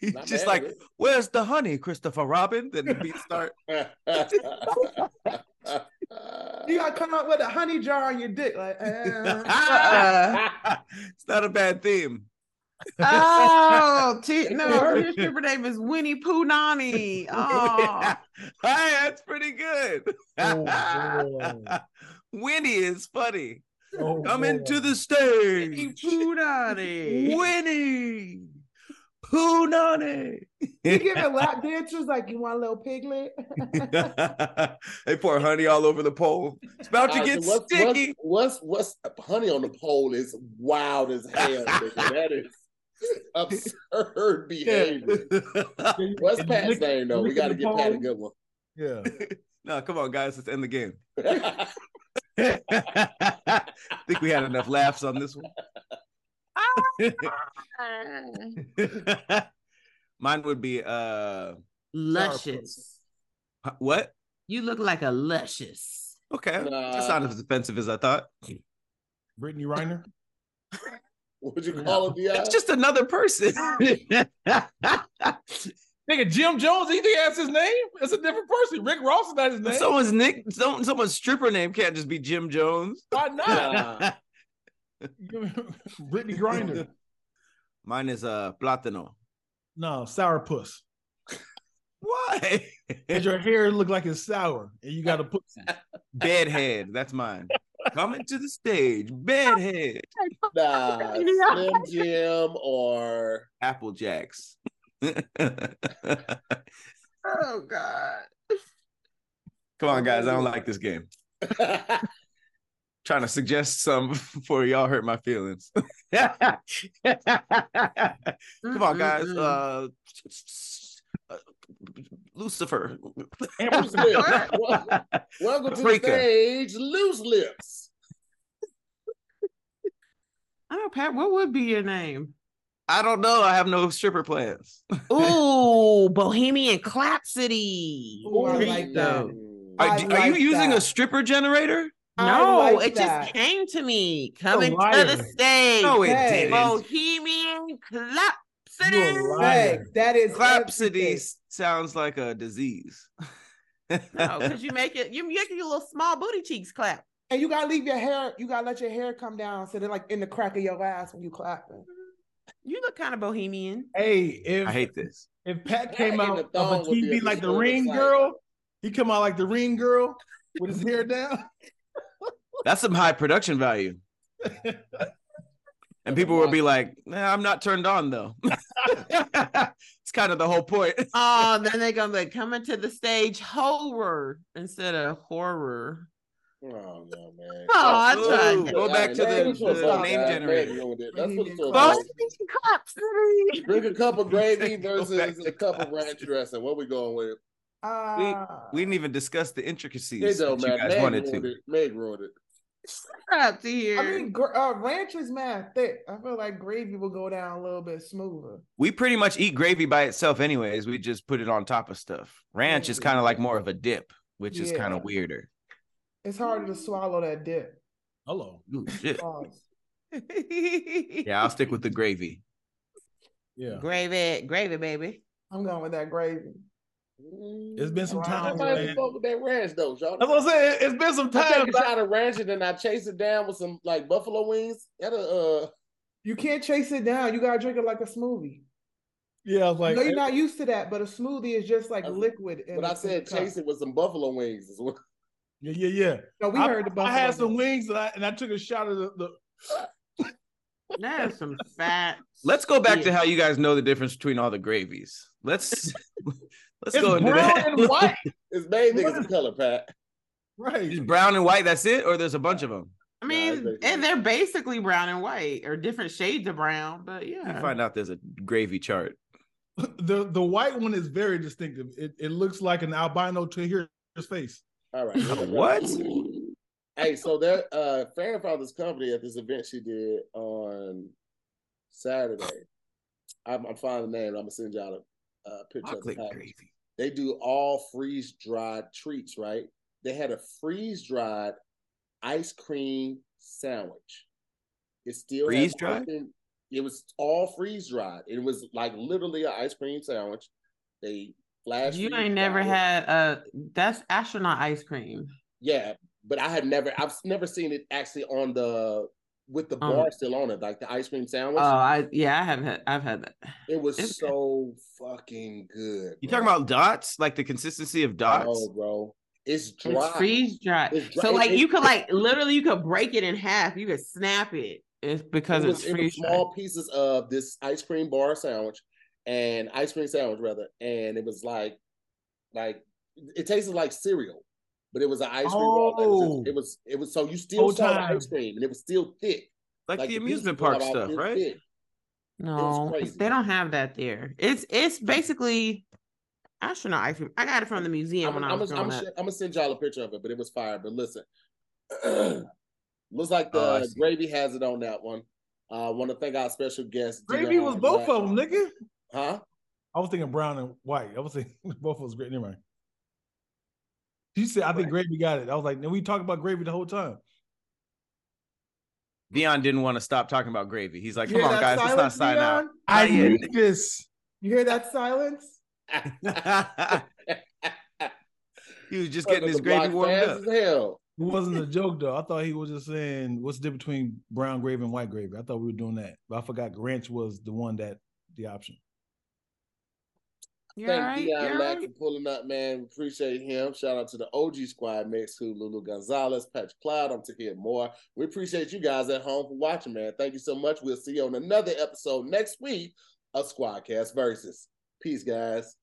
He's Not just bad, like, is it? where's the honey, Christopher Robin? Then the beat start. You gotta come out with a honey jar on your dick. Like, eh. Uh-uh. it's not a bad theme. Oh, t- no, your stripper name is Winnie Pooh Nani. Oh, hey, that's pretty good. Oh, boy. Winnie is funny. Oh, Come boy. into the Winnie stage. Pooh Nani. Winnie. Punani. you giving lap dances like you want a little piglet. they pour honey all over the pole. It's about to Uh, get so what's- sticky. What's, what's what's honey on the pole is wild as hell. nigga. that is absurd behavior. What's And Pat's lick- name though? We lick got to the get Pat a pole. good one. Yeah. no, come on, guys. Let's end the game. That's I think we had enough laughs on this Ah. one. Mine would be uh Luscious. what? You look like a luscious. Okay. Nah. That's not as offensive as I thought. Brittany Reiner. Would you call it That's the just another person. Nigga, Jim Jones, you think that's his name? That's a different person. Rick Ross is not his name. someone's nick some, someone's stripper name can't just be Jim Jones. Why not? Nah. Brittany Grinder. Mine is uh Platano. No, sourpuss. Why? Because your hair look like it's sour, and you got a pussy. Bedhead. That's mine. Coming to the stage. Bedhead. nah, Slim Jim or Apple Jacks. Oh God. Come on, guys. I don't like this game. I Trying to suggest some before y'all hurt my feelings. Come on, guys. Uh, Lucifer. Amber Smith. Wel- Welcome to the Paprika. stage, Loose Lips. I don't know, Pat. What would be your name? I don't know. I have no stripper plans. Ooh, Bohemian Clap City. Ooh, I like that. Mm. Are, I d- are like you using that. a stripper generator? I No, like it that. just came to me. Coming to liar. the stage. No, it Hey. didn't. Bohemian Clap City. You a liar. Meg, that is Rhapsody everything. s- sounds like a disease. No, because you make it, you make your little small booty cheeks clap. And you gotta leave your hair. You gotta let your hair come down so they're like in the crack of your ass when you clapping. You look kind of bohemian. Hey, if I hate this. if Pat Pat came in out the of thong a would be TV a like the disorder ring sight. girl, he come out like the ring girl with his hair down. That's some high production value. And people will be like, nah, I'm not turned on though. it's kind of the whole point. Oh, then they're gonna be coming to the stage horror instead of horror. Oh, no, man. Oh, I tried Ooh, that. Go back to that's the- what it's the about, name guys. generator. Maybe with it. That's what it's Well, about. Bohemian Clap City. Drink a cup of gravy Go back versus to a cup of class. ranch dressing. What we going with? Uh, We didn't even discuss the intricacies It don't that you matter. guys Meg wanted ruined to. it. Meg ruined it. Crap to hear. I mean, gr- uh, ranch is mad thick. I feel like gravy will go down a little bit smoother. We pretty much eat gravy by itself, anyways. We just put it on top of stuff. Ranch is kind of like more of a dip, which is kind Yeah. of weirder. It's harder to swallow that dip. Hello. Ooh, shit. Pause. Yeah, I'll stick with the gravy. Yeah. gravy, gravy, baby. I'm going with that gravy. It's been some Wow. time. I might man. as well Mm. fuck with that ranch though, y'all. That's what I'm saying. It's been some I time. take a shot of ranch and then I chase it down with some like buffalo wings. That'll uh You can't chase it down. You gotta drink it like a smoothie. Yeah, I was I like, eh, know you're not used to that, but a smoothie is just like That's liquid. in but a- I said in a cup. chase it with some buffalo wings as well. yeah, yeah, yeah. No, we I, heard the I had buffalo some wings. wings and I, and I took a shot of the, the That is some fat. Let's go back to shit. how you guys know the difference between all the gravies. Let's let's it's go into brown that. and white. It's made What niggas is- a color pack. Right. Just brown and white. That's it, or there's a bunch of them. I Nah, it's mean, basically- and they're basically brown and white or different shades of brown, but You yeah. find out there's a gravy chart. The the white one is very distinctive. It it looks like an albino to hear his face. All right. what? hey, so there uh Farrah found this company at this event she did on Saturday. I'm, I'm finding the name. I'm gonna send y'all a uh, picture of the Chocolate package. gravy. they do all freeze dried treats, right? They had a freeze dried ice cream sandwich. It still had Freeze-dried? ice cream- It was all freeze dried. It was like literally an ice cream sandwich. They flash. You freeze-dried ain't never it. had a that's astronaut ice cream. Yeah, but I have never. I've never seen it actually on the with the Oh. bar still on it, like the ice cream Oh, sandwich. I yeah, I have had I've had that. it was it's- so fucking good. You bro. talking about dots? Like the consistency of dots? Oh, bro, it's dry. It's freeze dried. It's dry- So it- like it- you could like literally you could break it in half. You could snap it. It's because it was, it's it was freeze dried. small pieces of this ice cream bar sandwich and ice cream sandwich rather and it was like like it tasted like cereal but it was an ice cream bar Oh. sandwich. it was it was so you still Whole saw the time. ice cream and it was still thick like, the pieces amusement were park about stuff, this right? thick. No, crazy. they don't have that there. It's it's basically astronaut ice cream. I got it from the museum I'm, when I'm, I was gonna- I'm, growing gonna up. sh- I'm gonna send y'all a picture of it but it was fire but listen looks like the Oh, I see. gravy has it on that one uh want to thank our special guest Gina Gravy was Hyde both Black. of them, nigga. huh I was thinking brown and white. I was thinking both of us great. Never mind. She said, I think gravy got it. I was like, no, we talked about gravy the whole time. Dion didn't want to stop talking about gravy. He's like, You come hear on, that guys, let's not silence, sign out. Dion? I Not yet. knew this. You hear that silence? he was just Fucking getting his the block gravy warmed fast up. as hell It wasn't a joke though. I thought he was just saying what's the difference between brown gravy and white gravy. I thought we were doing that, but I forgot ranch was the one that the option. You're Thank right. Deion You're Lack right. for pulling up, man. Appreciate him. Shout out to the OG squad next to Lulu Gonzalez, Patch Cloud. I'm to hear more. We appreciate you guys at home for watching, man. Thank you so much. We'll see you on another episode next week of Squadcast Versus. Peace, guys.